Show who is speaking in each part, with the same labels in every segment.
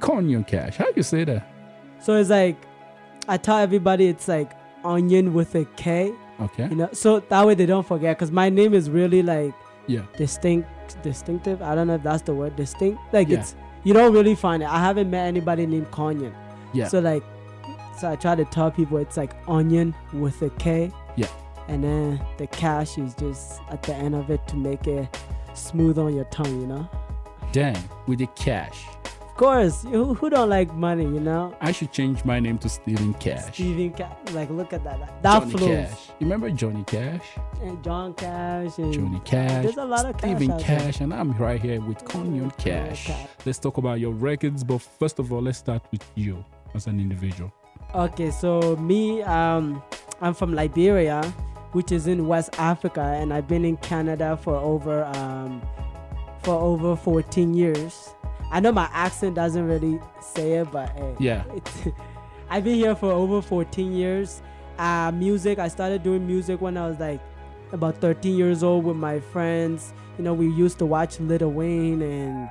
Speaker 1: Konyo Cash. How you say that?
Speaker 2: So it's like, I tell everybody it's like onion with a K,
Speaker 1: Okay.
Speaker 2: you know, so that way they don't forget. Because my name is really like
Speaker 1: Yeah.
Speaker 2: distinct, distinctive. I don't know if that's the word, distinct. Like
Speaker 1: Yeah.
Speaker 2: it's you don't really find it. I haven't met anybody named Konyon.
Speaker 1: Yeah.
Speaker 2: So like, so I try to tell people it's like onion with a K.
Speaker 1: Yeah.
Speaker 2: And then the cash is just at the end of it to make it smooth on your tongue, you know.
Speaker 1: Dang, with the cash.
Speaker 2: Of course, who, who don't like money, you know?
Speaker 1: I should change my name to Steven Cash.
Speaker 2: Steven Cash, like look at that, that, that
Speaker 1: Johnny
Speaker 2: flows.
Speaker 1: Cash. You remember Johnny Cash?
Speaker 2: And John Cash and
Speaker 1: Johnny Cash.
Speaker 2: Mm. There's a lot of cash
Speaker 1: Steven
Speaker 2: out there.
Speaker 1: Cash, and I'm right here with Konyo Cash.
Speaker 2: Okay.
Speaker 1: Let's talk about your records, but first of all, let's start with you as an individual.
Speaker 2: Okay, so me, um, I'm from Liberia, which is in West Africa, and I've been in Canada for over um, for over 14 years. I know my accent doesn't really say it, but hey,
Speaker 1: Yeah.
Speaker 2: it's, I've been here for over 14 years. Uh, music, I started doing music when I was like about 13 years old with my friends. You know, we used to watch Little Wayne and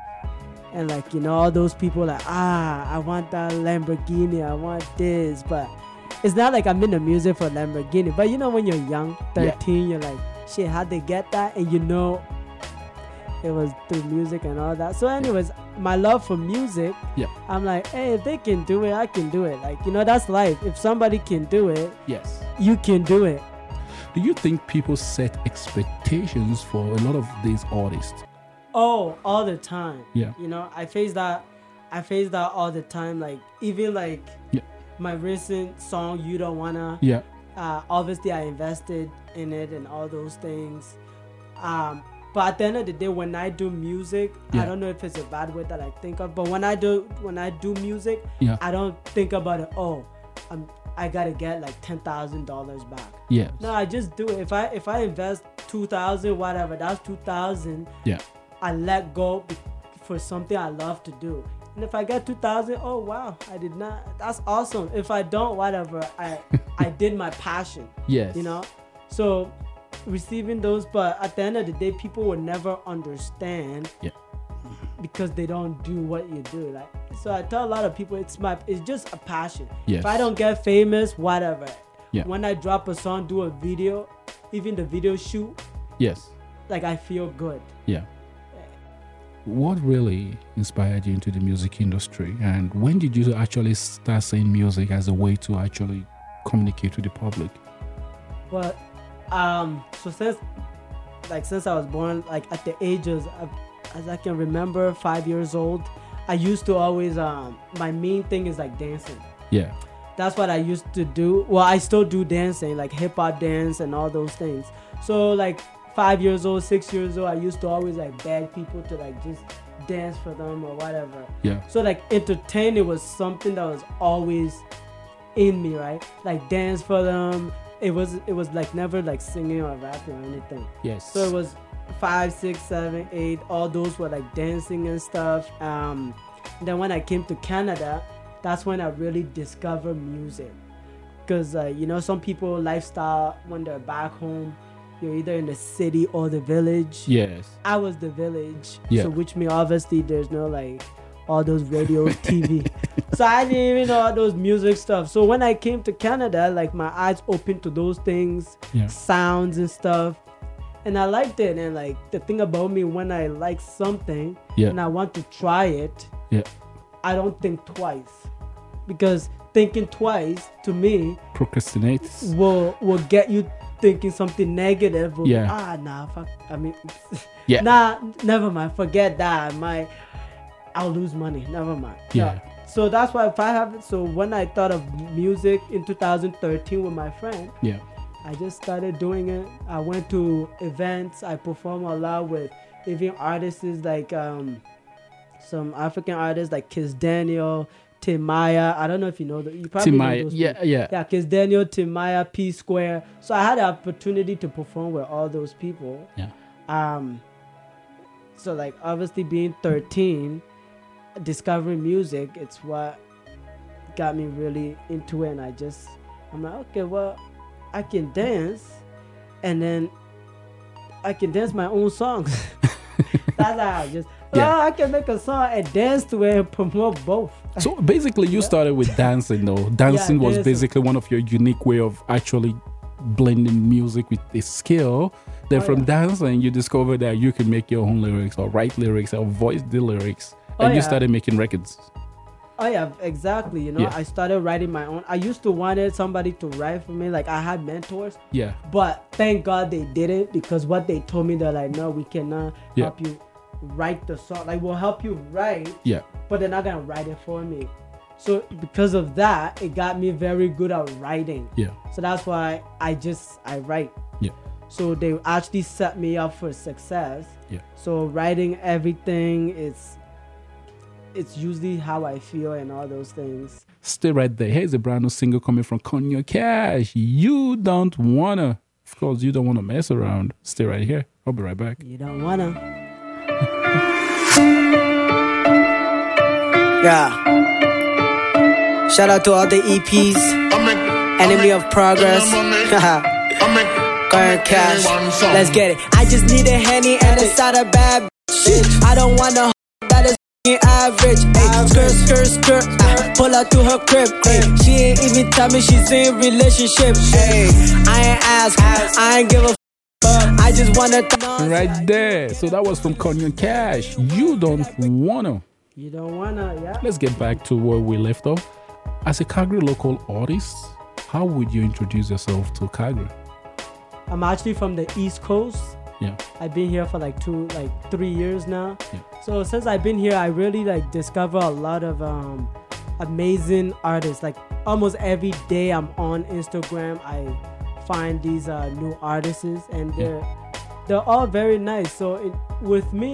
Speaker 2: and like you know all those people like ah I want that Lamborghini, I want this, but it's not like I'm in the music for Lamborghini. But you know when you're young, 13, you're like shit, how'd they get that? And you know it was through music and all that. So, anyways, my love for music,
Speaker 1: Yeah.
Speaker 2: I'm like, hey, if they can do it, I can do it. Like, you know, that's life. If somebody can do it,
Speaker 1: Yes.
Speaker 2: you can do it.
Speaker 1: Do you think people set expectations for a lot of these artists?
Speaker 2: Oh, all the time.
Speaker 1: Yeah.
Speaker 2: You know, I face that. I face that all the time. Like, even like
Speaker 1: Yeah.
Speaker 2: my recent song, You Don't Wanna.
Speaker 1: Yeah.
Speaker 2: Uh, obviously, I invested in it and all those things. Um, but at the end of the day, when I do music,
Speaker 1: Yeah.
Speaker 2: I don't know if it's a bad word that I think of, but when I do when I do music,
Speaker 1: Yeah.
Speaker 2: I don't think about it. Oh, I'm, I gotta get like ten thousand dollars back.
Speaker 1: Yeah.
Speaker 2: No, I just do it. If I if I invest two thousand, whatever, that's two thousand.
Speaker 1: Yeah.
Speaker 2: I let go be- for something I love to do. And if I get 2000, oh wow, I did not. That's awesome. If I don't, whatever, I I did my passion,
Speaker 1: Yes.
Speaker 2: you know? So receiving those, but at the end of the day, people will never understand
Speaker 1: Yeah.
Speaker 2: because they don't do what you do. Like so I tell a lot of people it's my it's just a passion.
Speaker 1: Yes.
Speaker 2: If I don't get famous, whatever.
Speaker 1: Yeah.
Speaker 2: When I drop a song, do a video, even the video shoot,
Speaker 1: Yes.
Speaker 2: like I feel good.
Speaker 1: Yeah. What really inspired you into the music industry, and when did you actually start seeing music as a way to actually communicate with the public?
Speaker 2: But um, so since like since I was born, like at the ages of, as I can remember, five years old, I used to always um my main thing is like dancing.
Speaker 1: Yeah.
Speaker 2: That's what I used to do. Well, I still do dancing, like hip hop dance and all those things. So like five years old, six years old, I used to always like beg people to like just dance for them or whatever.
Speaker 1: Yeah.
Speaker 2: So like entertaining was something that was always in me, right? Like dance for them. It was it was like never like singing or rapping or anything.
Speaker 1: Yes.
Speaker 2: So uh, it was five, six, seven, eight. All those were like dancing and stuff. Um, then when I came to Canada, that's when I really discovered music. Cause uh, you know some people lifestyle when they're back home, you're either in the city or the village.
Speaker 1: yes.
Speaker 2: I was the village.
Speaker 1: Yeah.
Speaker 2: So which means obviously there's no like all those radio TV. So I didn't even know all those music stuff. So when I came to Canada, like my eyes opened to those things,
Speaker 1: Yeah.
Speaker 2: sounds and stuff. And I liked it. And like the thing about me when I like something
Speaker 1: Yeah.
Speaker 2: and I want to try it,
Speaker 1: Yeah.
Speaker 2: I don't think twice. Because thinking twice to me
Speaker 1: Procrastinates.
Speaker 2: will will get you thinking something negative. Will,
Speaker 1: Yeah.
Speaker 2: Ah, nah, fuck. I mean,
Speaker 1: Yeah.
Speaker 2: Nah, never mind. Forget that. I might, I'll lose money. Never mind.
Speaker 1: Yeah.
Speaker 2: So that's why if I have so when I thought of music in 2013 with my friend,
Speaker 1: Yeah.
Speaker 2: I just started doing it. I went to events. I perform a lot with even artists like um, some African artists like Kiss Daniel, Timaya. I don't know if you know that. You probably know
Speaker 1: Timaya.
Speaker 2: those
Speaker 1: Yeah. Yeah.
Speaker 2: yeah, because Daniel Timaya, P Square. So I had the opportunity to perform with all those people.
Speaker 1: Yeah.
Speaker 2: Um, so like obviously being 13, discovering music, it's what got me really into it, and I just I'm like, okay, well, I can dance, and then I can dance my own songs. that's how I just
Speaker 1: Yeah.
Speaker 2: "Oh, I can make a song and dance to it and promote both.
Speaker 1: So basically, you started with dancing, though. Dancing was
Speaker 2: dancing.
Speaker 1: basically one of your unique way of actually blending music with a skill.
Speaker 2: Oh,
Speaker 1: Then from dancing, you discovered that you can make your own lyrics or write lyrics or voice the lyrics,
Speaker 2: Oh,
Speaker 1: and you
Speaker 2: yeah.
Speaker 1: started making records.
Speaker 2: Oh yeah, exactly. You know,
Speaker 1: Yeah.
Speaker 2: I started writing my own. I used to wanted somebody to write for me. Like I had mentors,
Speaker 1: Yeah,
Speaker 2: but thank God they didn't because what they told me they're like, no, we cannot
Speaker 1: Yeah.
Speaker 2: help you write the song. Like we'll help you write,
Speaker 1: yeah,
Speaker 2: but they're not gonna write it for me. So because of that, it got me very good at writing.
Speaker 1: yeah,
Speaker 2: So that's why I just I write.
Speaker 1: yeah,
Speaker 2: So they actually set me up for success.
Speaker 1: yeah.
Speaker 2: So writing everything is it's usually how I feel and all those things.
Speaker 1: Stay right there. Here's a brand new single coming from Kanye Cash. You don't wanna, of course, you don't wanna mess around. Stay right here. I'll be right back.
Speaker 2: You don't wanna.
Speaker 3: Yeah. Shout out to all the EPs, Enemy of Progress. Burn cash. Let's get it. I just need a henny and it's not a bad shit. I don't wanna h- that is f***ing average. Ay, skirt, skirt, skirt. Ah, pull up to her crib. Ay, she ain't even tell me she's in relationship. Ay, I ain't ask. I ain't give a f- I just wanna. Th-
Speaker 1: Right there. So that was from Kanye Cash. You don't wanna.
Speaker 2: You don't wanna, yeah.
Speaker 1: Let's get back to where we left off. As a Calgary local artist, how would you introduce yourself to Calgary?
Speaker 2: I'm actually from the East Coast.
Speaker 1: Yeah,
Speaker 2: I've been here for like two, like three years now.
Speaker 1: Yeah.
Speaker 2: So since I've been here, I really like discover a lot of um, amazing artists. Like almost every day, I'm on Instagram. I find these uh, new artists, and they're they're all very nice. So it, with me,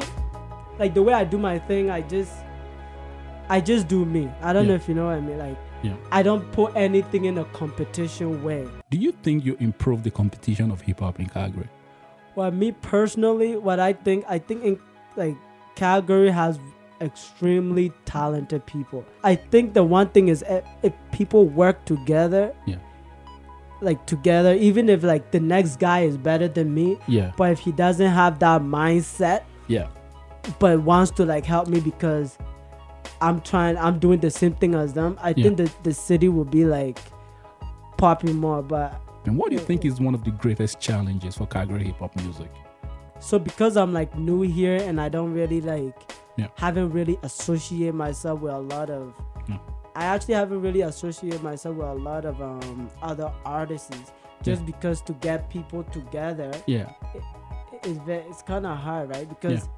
Speaker 2: like the way I do my thing, I just I just do me. I don't
Speaker 1: Yeah.
Speaker 2: know if you know what I mean. Like
Speaker 1: yeah.
Speaker 2: I don't put anything in a competition way.
Speaker 1: Do you think you improved the competition of hip hop in Calgary?
Speaker 2: Well, me personally, what I think, I think in like Calgary has extremely talented people. I think the one thing is if, if people work together,
Speaker 1: Yeah,
Speaker 2: like together, even if like the next guy is better than me,
Speaker 1: yeah,
Speaker 2: but if he doesn't have that mindset,
Speaker 1: yeah,
Speaker 2: but wants to like help me because I'm trying, I'm doing the same thing as them, I
Speaker 1: Yeah.
Speaker 2: think that the city will be like popping more. But
Speaker 1: And what do you think is one of the greatest challenges for Calgary hip hop music?
Speaker 2: so because I'm like new here and I don't really like
Speaker 1: Yeah.
Speaker 2: haven't really associated myself with a lot of
Speaker 1: Yeah.
Speaker 2: I actually haven't really associated myself with a lot of um, other artists just
Speaker 1: Yeah.
Speaker 2: because to get people together
Speaker 1: Yeah,
Speaker 2: is ve- it's kind of hard right because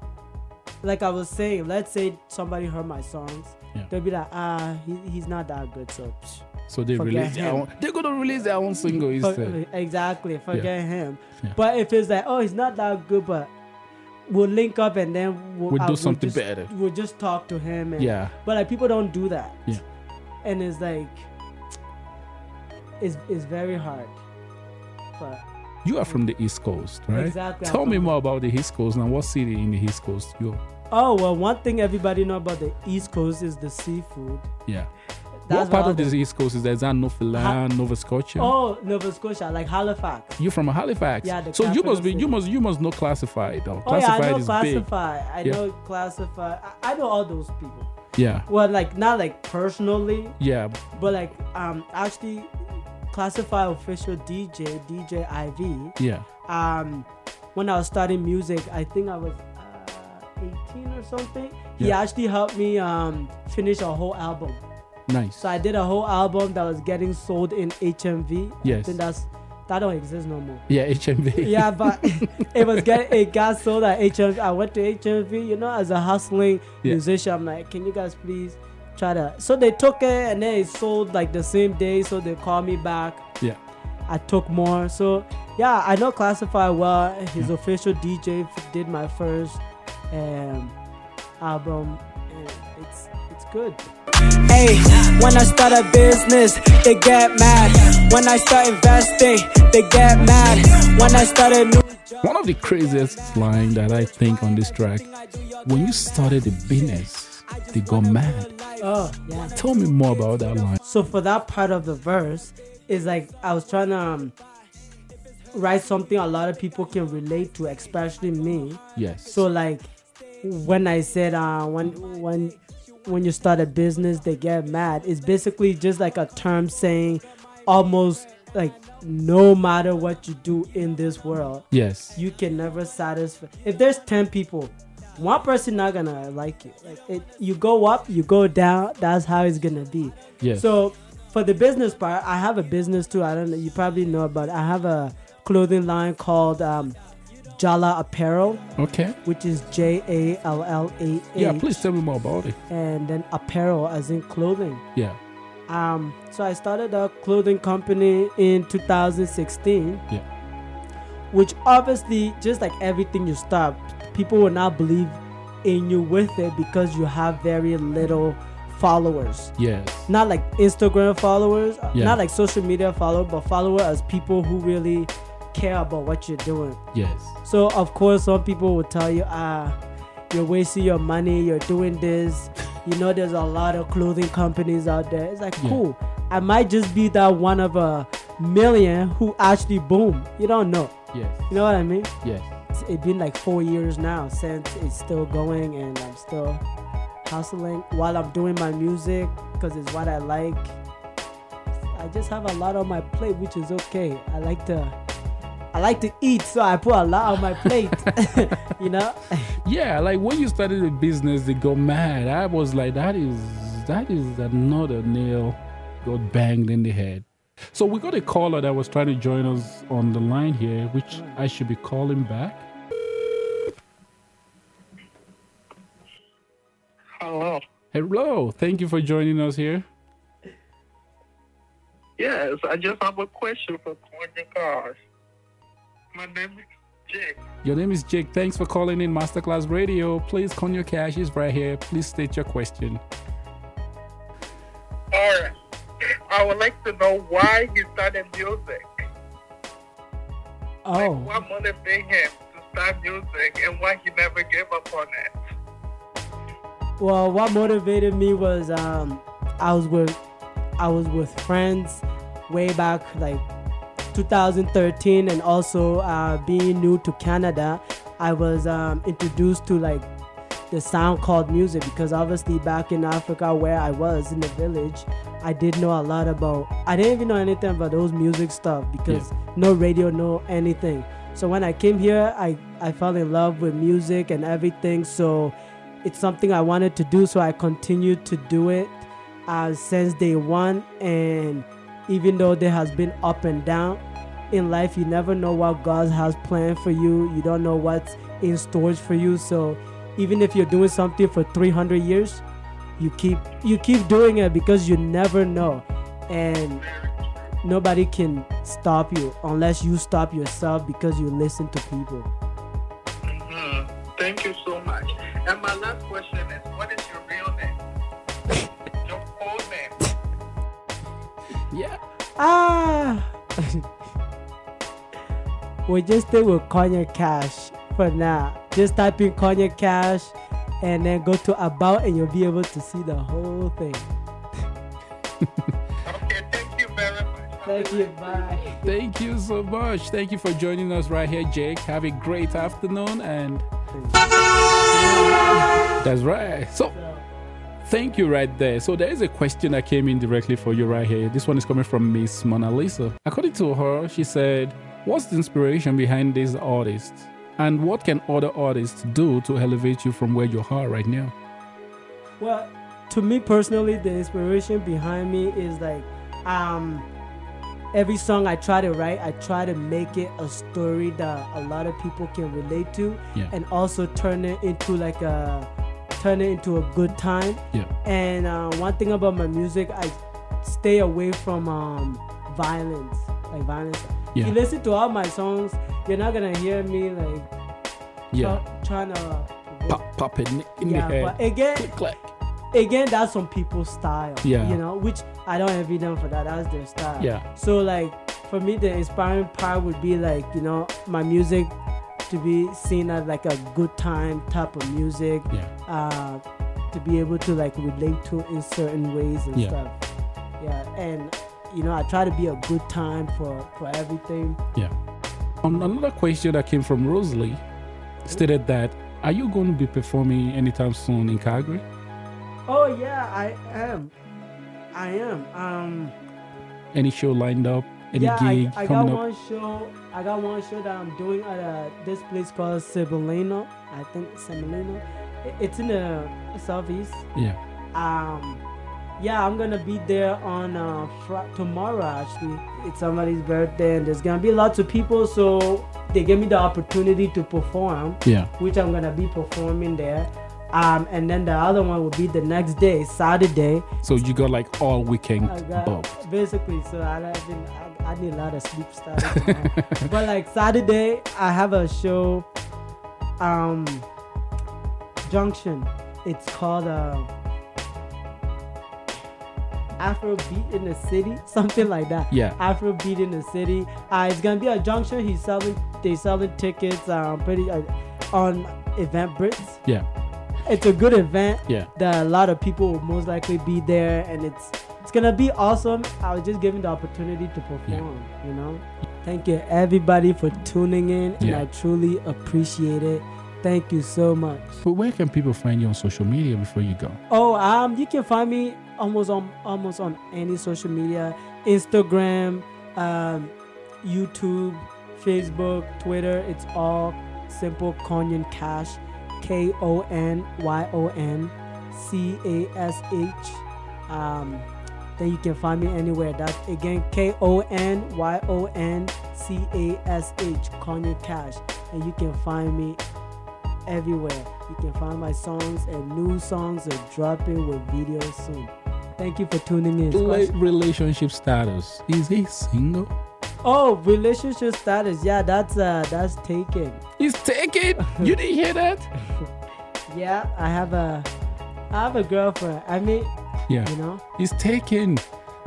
Speaker 2: like I was saying let's say somebody heard my songs
Speaker 1: Yeah.
Speaker 2: they'll be like ah he, he's not that good so psh,
Speaker 1: so they
Speaker 2: Forget
Speaker 1: release their
Speaker 2: him.
Speaker 1: own. They're gonna release their own single
Speaker 2: Fuck-
Speaker 1: instead.
Speaker 2: exactly forget him
Speaker 1: Yeah.
Speaker 2: but if it's like oh he's not that good but we'll link up and then we'll,
Speaker 1: We'll do
Speaker 2: I will
Speaker 1: something
Speaker 2: just-
Speaker 1: better.
Speaker 2: we'll just talk to him and
Speaker 1: Yeah,
Speaker 2: but like people don't do that
Speaker 1: Yeah.
Speaker 2: and it's like it's, it's very hard but
Speaker 1: you are from the East Coast, right?
Speaker 2: Exactly, I'm
Speaker 1: Tell me
Speaker 2: from-
Speaker 1: more about the East Coast and what city in the East Coast you.
Speaker 2: oh well one thing everybody know about the east coast is the seafood
Speaker 1: Yeah.
Speaker 2: That's
Speaker 1: what part
Speaker 2: what
Speaker 1: of
Speaker 2: I
Speaker 1: this East Coast is there? Is that Newfoundland, Nova Scotia?
Speaker 2: oh nova scotia like halifax
Speaker 1: You're from Halifax.
Speaker 2: Yeah, the
Speaker 1: so you must be
Speaker 2: capital
Speaker 1: you
Speaker 2: city.
Speaker 1: must you must know classified though.
Speaker 2: oh yeah
Speaker 1: Classified
Speaker 2: i know
Speaker 1: is
Speaker 2: classify i
Speaker 1: Yeah.
Speaker 2: know classify I, I know all those people
Speaker 1: big. Yeah.
Speaker 2: well like not like personally
Speaker 1: Yeah.
Speaker 2: but like um actually classify official dj dj iv
Speaker 1: Yeah.
Speaker 2: um, when I was starting music, I think I was uh, 18 or something. He
Speaker 1: Yeah.
Speaker 2: actually helped me um, finish a whole album.
Speaker 1: Nice.
Speaker 2: So I did a whole album that was getting sold in HMV. I
Speaker 1: Yes.
Speaker 2: think that's that don't exist no more.
Speaker 1: yeah, HMV.
Speaker 2: Yeah, but it was get it got sold at HMV. I went to HMV, you know, as a hustling
Speaker 1: Yeah.
Speaker 2: musician. I'm like, can you guys please try to? So they took it and then it sold like the same day. So they called me back.
Speaker 1: yeah.
Speaker 2: I took more. So yeah, I know Classify well. His official DJ f- did my first um, album. And it's it's good.
Speaker 3: Hey, when I start a business, they get mad. When I start investing, they get mad. When I start a new
Speaker 1: One of the craziest line that I think on this track, when you started the business, they got mad.
Speaker 2: Oh yeah.
Speaker 1: Tell me more about that line.
Speaker 2: So for that part of the verse, is like I was trying to um, write something a lot of people can relate to, especially me.
Speaker 1: Yes.
Speaker 2: So like when I said uh, when when when you start a business they get mad. It's basically just like a term saying almost like no matter what you do in this world,
Speaker 1: Yes.
Speaker 2: you can never satisfy. If there's ten people, one person not gonna like you. Like it, you go up, you go down. That's how it's gonna be.
Speaker 1: Yes.
Speaker 2: So for the business part, I have a business too. I don't know. You probably know about. It. I have a clothing line called um, Jala Apparel,
Speaker 1: Okay.
Speaker 2: which is J A L L A
Speaker 1: Yeah,
Speaker 2: H,
Speaker 1: please tell me more about it.
Speaker 2: and then apparel as in clothing.
Speaker 1: Yeah.
Speaker 2: Um, so I started a clothing company in 2016.
Speaker 1: Yeah.
Speaker 2: Which obviously, just like everything you start, people will not believe in you with it because you have very little followers.
Speaker 1: Yes.
Speaker 2: Not like Instagram followers, uh,
Speaker 1: Yeah.
Speaker 2: not like social media followers, but followers as people who really care about what you're doing.
Speaker 1: Yes.
Speaker 2: So of course, some people will tell you, ah, you're wasting your money. You're doing this. You know, there's a lot of clothing companies out there. It's like,
Speaker 1: Yeah.
Speaker 2: cool. I might just be that one of a million who actually boom. You don't know.
Speaker 1: Yes.
Speaker 2: You know what I mean?
Speaker 1: Yes.
Speaker 2: It's it been like four years now since it's still going, and I'm still hustling while I'm doing my music because it's what I like. I just have a lot on my plate, which is okay. I like to. I like to eat, so I put a lot on my plate. you know,
Speaker 1: Yeah, like when you started the business, they go mad. I was like, that is that is another nail got banged in the head. So we got a caller that was trying to join us on the line here, which I should be calling back.
Speaker 4: Hello.
Speaker 1: Hello, thank you for joining us here.
Speaker 4: Yes, I just have a question for Corny Cars. My name is Jake.
Speaker 1: Your name is Jake. Thanks for calling in Masterclass Radio. Please, Conyo Cash is right here. Please state your question.
Speaker 4: All right. I would like to know why he started music. Like,
Speaker 2: Oh,
Speaker 4: what motivated him to start music and why he never gave up on it?
Speaker 2: well, what motivated me was um, I was with I was with friends way back like 2013, and also uh, being new to Canada, I was um, introduced to like the sound called music because obviously back in Africa where I was in the village, I did know a lot about. I didn't even know anything about those music stuff because no radio, no anything. So when I came here, I I fell in love with music and everything. So it's something I wanted to do. So I continued to do it uh, since day one. And even though there has been up and down in life, you never know what God has planned for you. You don't know what's in storage for you. So even if you're doing something for 300 years, you keep you keep doing it because you never know, and nobody can stop you unless you stop yourself because you listen to people.
Speaker 4: hmm Thank you so much. And my last question is, what is your real name? your full name?
Speaker 1: Yeah.
Speaker 2: Ah, we just stay with Kanye Cash for now. Just type in Kanye Cash and then go to about, and you'll be able to see the whole thing.
Speaker 4: Okay, thank you very much.
Speaker 2: Thank you. Bye.
Speaker 1: Thank you so much. Thank you for joining us right here, Jake. Have a great afternoon and That's right. So thank you right there. So there is a question that came in directly for you right here. This one is coming from Miss Mona Lisa. According to her, she said, "What's the inspiration behind this artist? And what can other artists do to elevate you from where you are right now?"
Speaker 2: Well, to me personally, the inspiration behind me is like, um, every song I try to write, I try to make it a story that a lot of people can relate to,
Speaker 1: Yeah.
Speaker 2: and also turn it into like a, turn it into a good time.
Speaker 1: Yeah.
Speaker 2: And uh, one thing about my music, I stay away from um, violence, like violence.
Speaker 1: Yeah.
Speaker 2: You listen to all my songs, you're not gonna hear me like
Speaker 1: Yeah.
Speaker 2: trying to.
Speaker 1: Pop, pop it in
Speaker 2: Uh, yeah,
Speaker 1: the head.
Speaker 2: but again,
Speaker 1: Click, clack.
Speaker 2: again that's some people's style
Speaker 1: Yeah.
Speaker 2: you know which i don't envy them for that that's their style
Speaker 1: Yeah.
Speaker 2: so like for me the inspiring part would be like you know my music to be seen as like a good time type of music
Speaker 1: Yeah.
Speaker 2: uh to be able to like relate to in certain ways and
Speaker 1: Yeah.
Speaker 2: stuff yeah and you know i try to be a good time for for everything
Speaker 1: Yeah. Um, another question that came from Rosalie stated that Are you going to be performing anytime soon in Calgary?
Speaker 2: Oh yeah, I am. I am. Um,
Speaker 1: Any show lined up? Any
Speaker 2: yeah,
Speaker 1: gig
Speaker 2: I, I got
Speaker 1: coming up?
Speaker 2: one show. I got one show that I'm doing at uh this place called Sibilino. I think Semolino. I- It's in the southeast.
Speaker 1: Yeah.
Speaker 2: Um, yeah, I'm gonna be there on uh, fr- tomorrow. Actually, it's somebody's birthday, and there's gonna be lots of people. So they gave me the opportunity to perform,
Speaker 1: Yeah.
Speaker 2: which I'm gonna be performing there. Um, and then the other one will be the next day, Saturday.
Speaker 1: So you got like all weekend
Speaker 2: I got
Speaker 1: booked.
Speaker 2: basically. So I, have been, I, I need a lot of sleep starting. now. but like Saturday, I have a show. Um, Junction. It's called uh, Afrobeat in the City, something like that.
Speaker 1: Yeah.
Speaker 2: Afrobeat in the City. Uh, it's gonna be a Junction. He's selling. They selling tickets. Um, pretty uh, on Eventbrite
Speaker 1: Yeah.
Speaker 2: it's a good event
Speaker 1: Yeah.
Speaker 2: that a lot of people will most likely be there and it's it's gonna be awesome i was just given the opportunity to perform you know thank you everybody for tuning in and
Speaker 1: Yeah.
Speaker 2: i truly appreciate it thank you so much
Speaker 1: But where can people find you on social media before you go?
Speaker 2: oh um you can find me almost on almost on any social media instagram um youtube facebook twitter it's all simple Konyon cash K O N Y O N C A S H. Um, then you can find me anywhere. That's again K O N Y O N C A S H, Kanye Cash. And you can find me everywhere. You can find my songs and new songs are dropping with videos soon. Thank you for tuning in.
Speaker 1: Like relationship status. Is he single?
Speaker 2: Oh, relationship status. Yeah, that's uh that's taken.
Speaker 1: He's taken. you didn't hear that?
Speaker 2: Yeah, I have a I have a girlfriend. I mean,
Speaker 1: Yeah.
Speaker 2: you know.
Speaker 1: He's taken.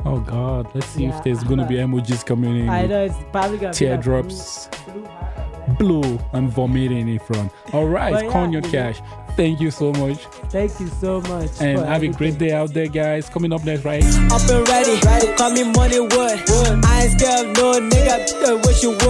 Speaker 1: Oh God. Let's see
Speaker 2: Yeah.
Speaker 1: if there's gonna be emojis coming in.
Speaker 2: I
Speaker 1: with
Speaker 2: know it's probably gonna
Speaker 1: Mm-hmm. Teardrops.
Speaker 2: Be a blue, blue heart.
Speaker 1: Blue and vomiting in front. All right,
Speaker 2: But yeah,
Speaker 1: Konyo
Speaker 2: you
Speaker 1: Cash. Thank you so much,
Speaker 2: mm, Thank you so much.
Speaker 1: and
Speaker 2: for
Speaker 1: have a
Speaker 2: everything.
Speaker 1: great day out there, guys. Coming up next, right?
Speaker 3: Up and ready, call me money wood. I ain't scared of no nigga, uh, what you want.